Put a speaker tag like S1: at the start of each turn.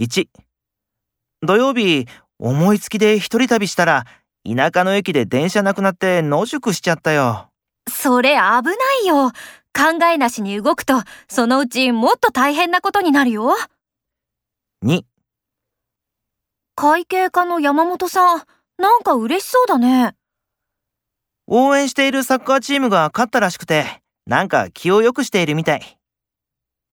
S1: 1土曜日思いつきで一人旅したら田舎の駅で電車なくなって野宿しちゃったよ
S2: それ危ないよ。考えなしに動くと、そのうちもっと大変なことになるよ。
S1: 2
S2: 会計課の山本さん、なんか嬉しそうだね。
S1: 応援しているサッカーチームが勝ったらしくてなんか気を良くしているみたい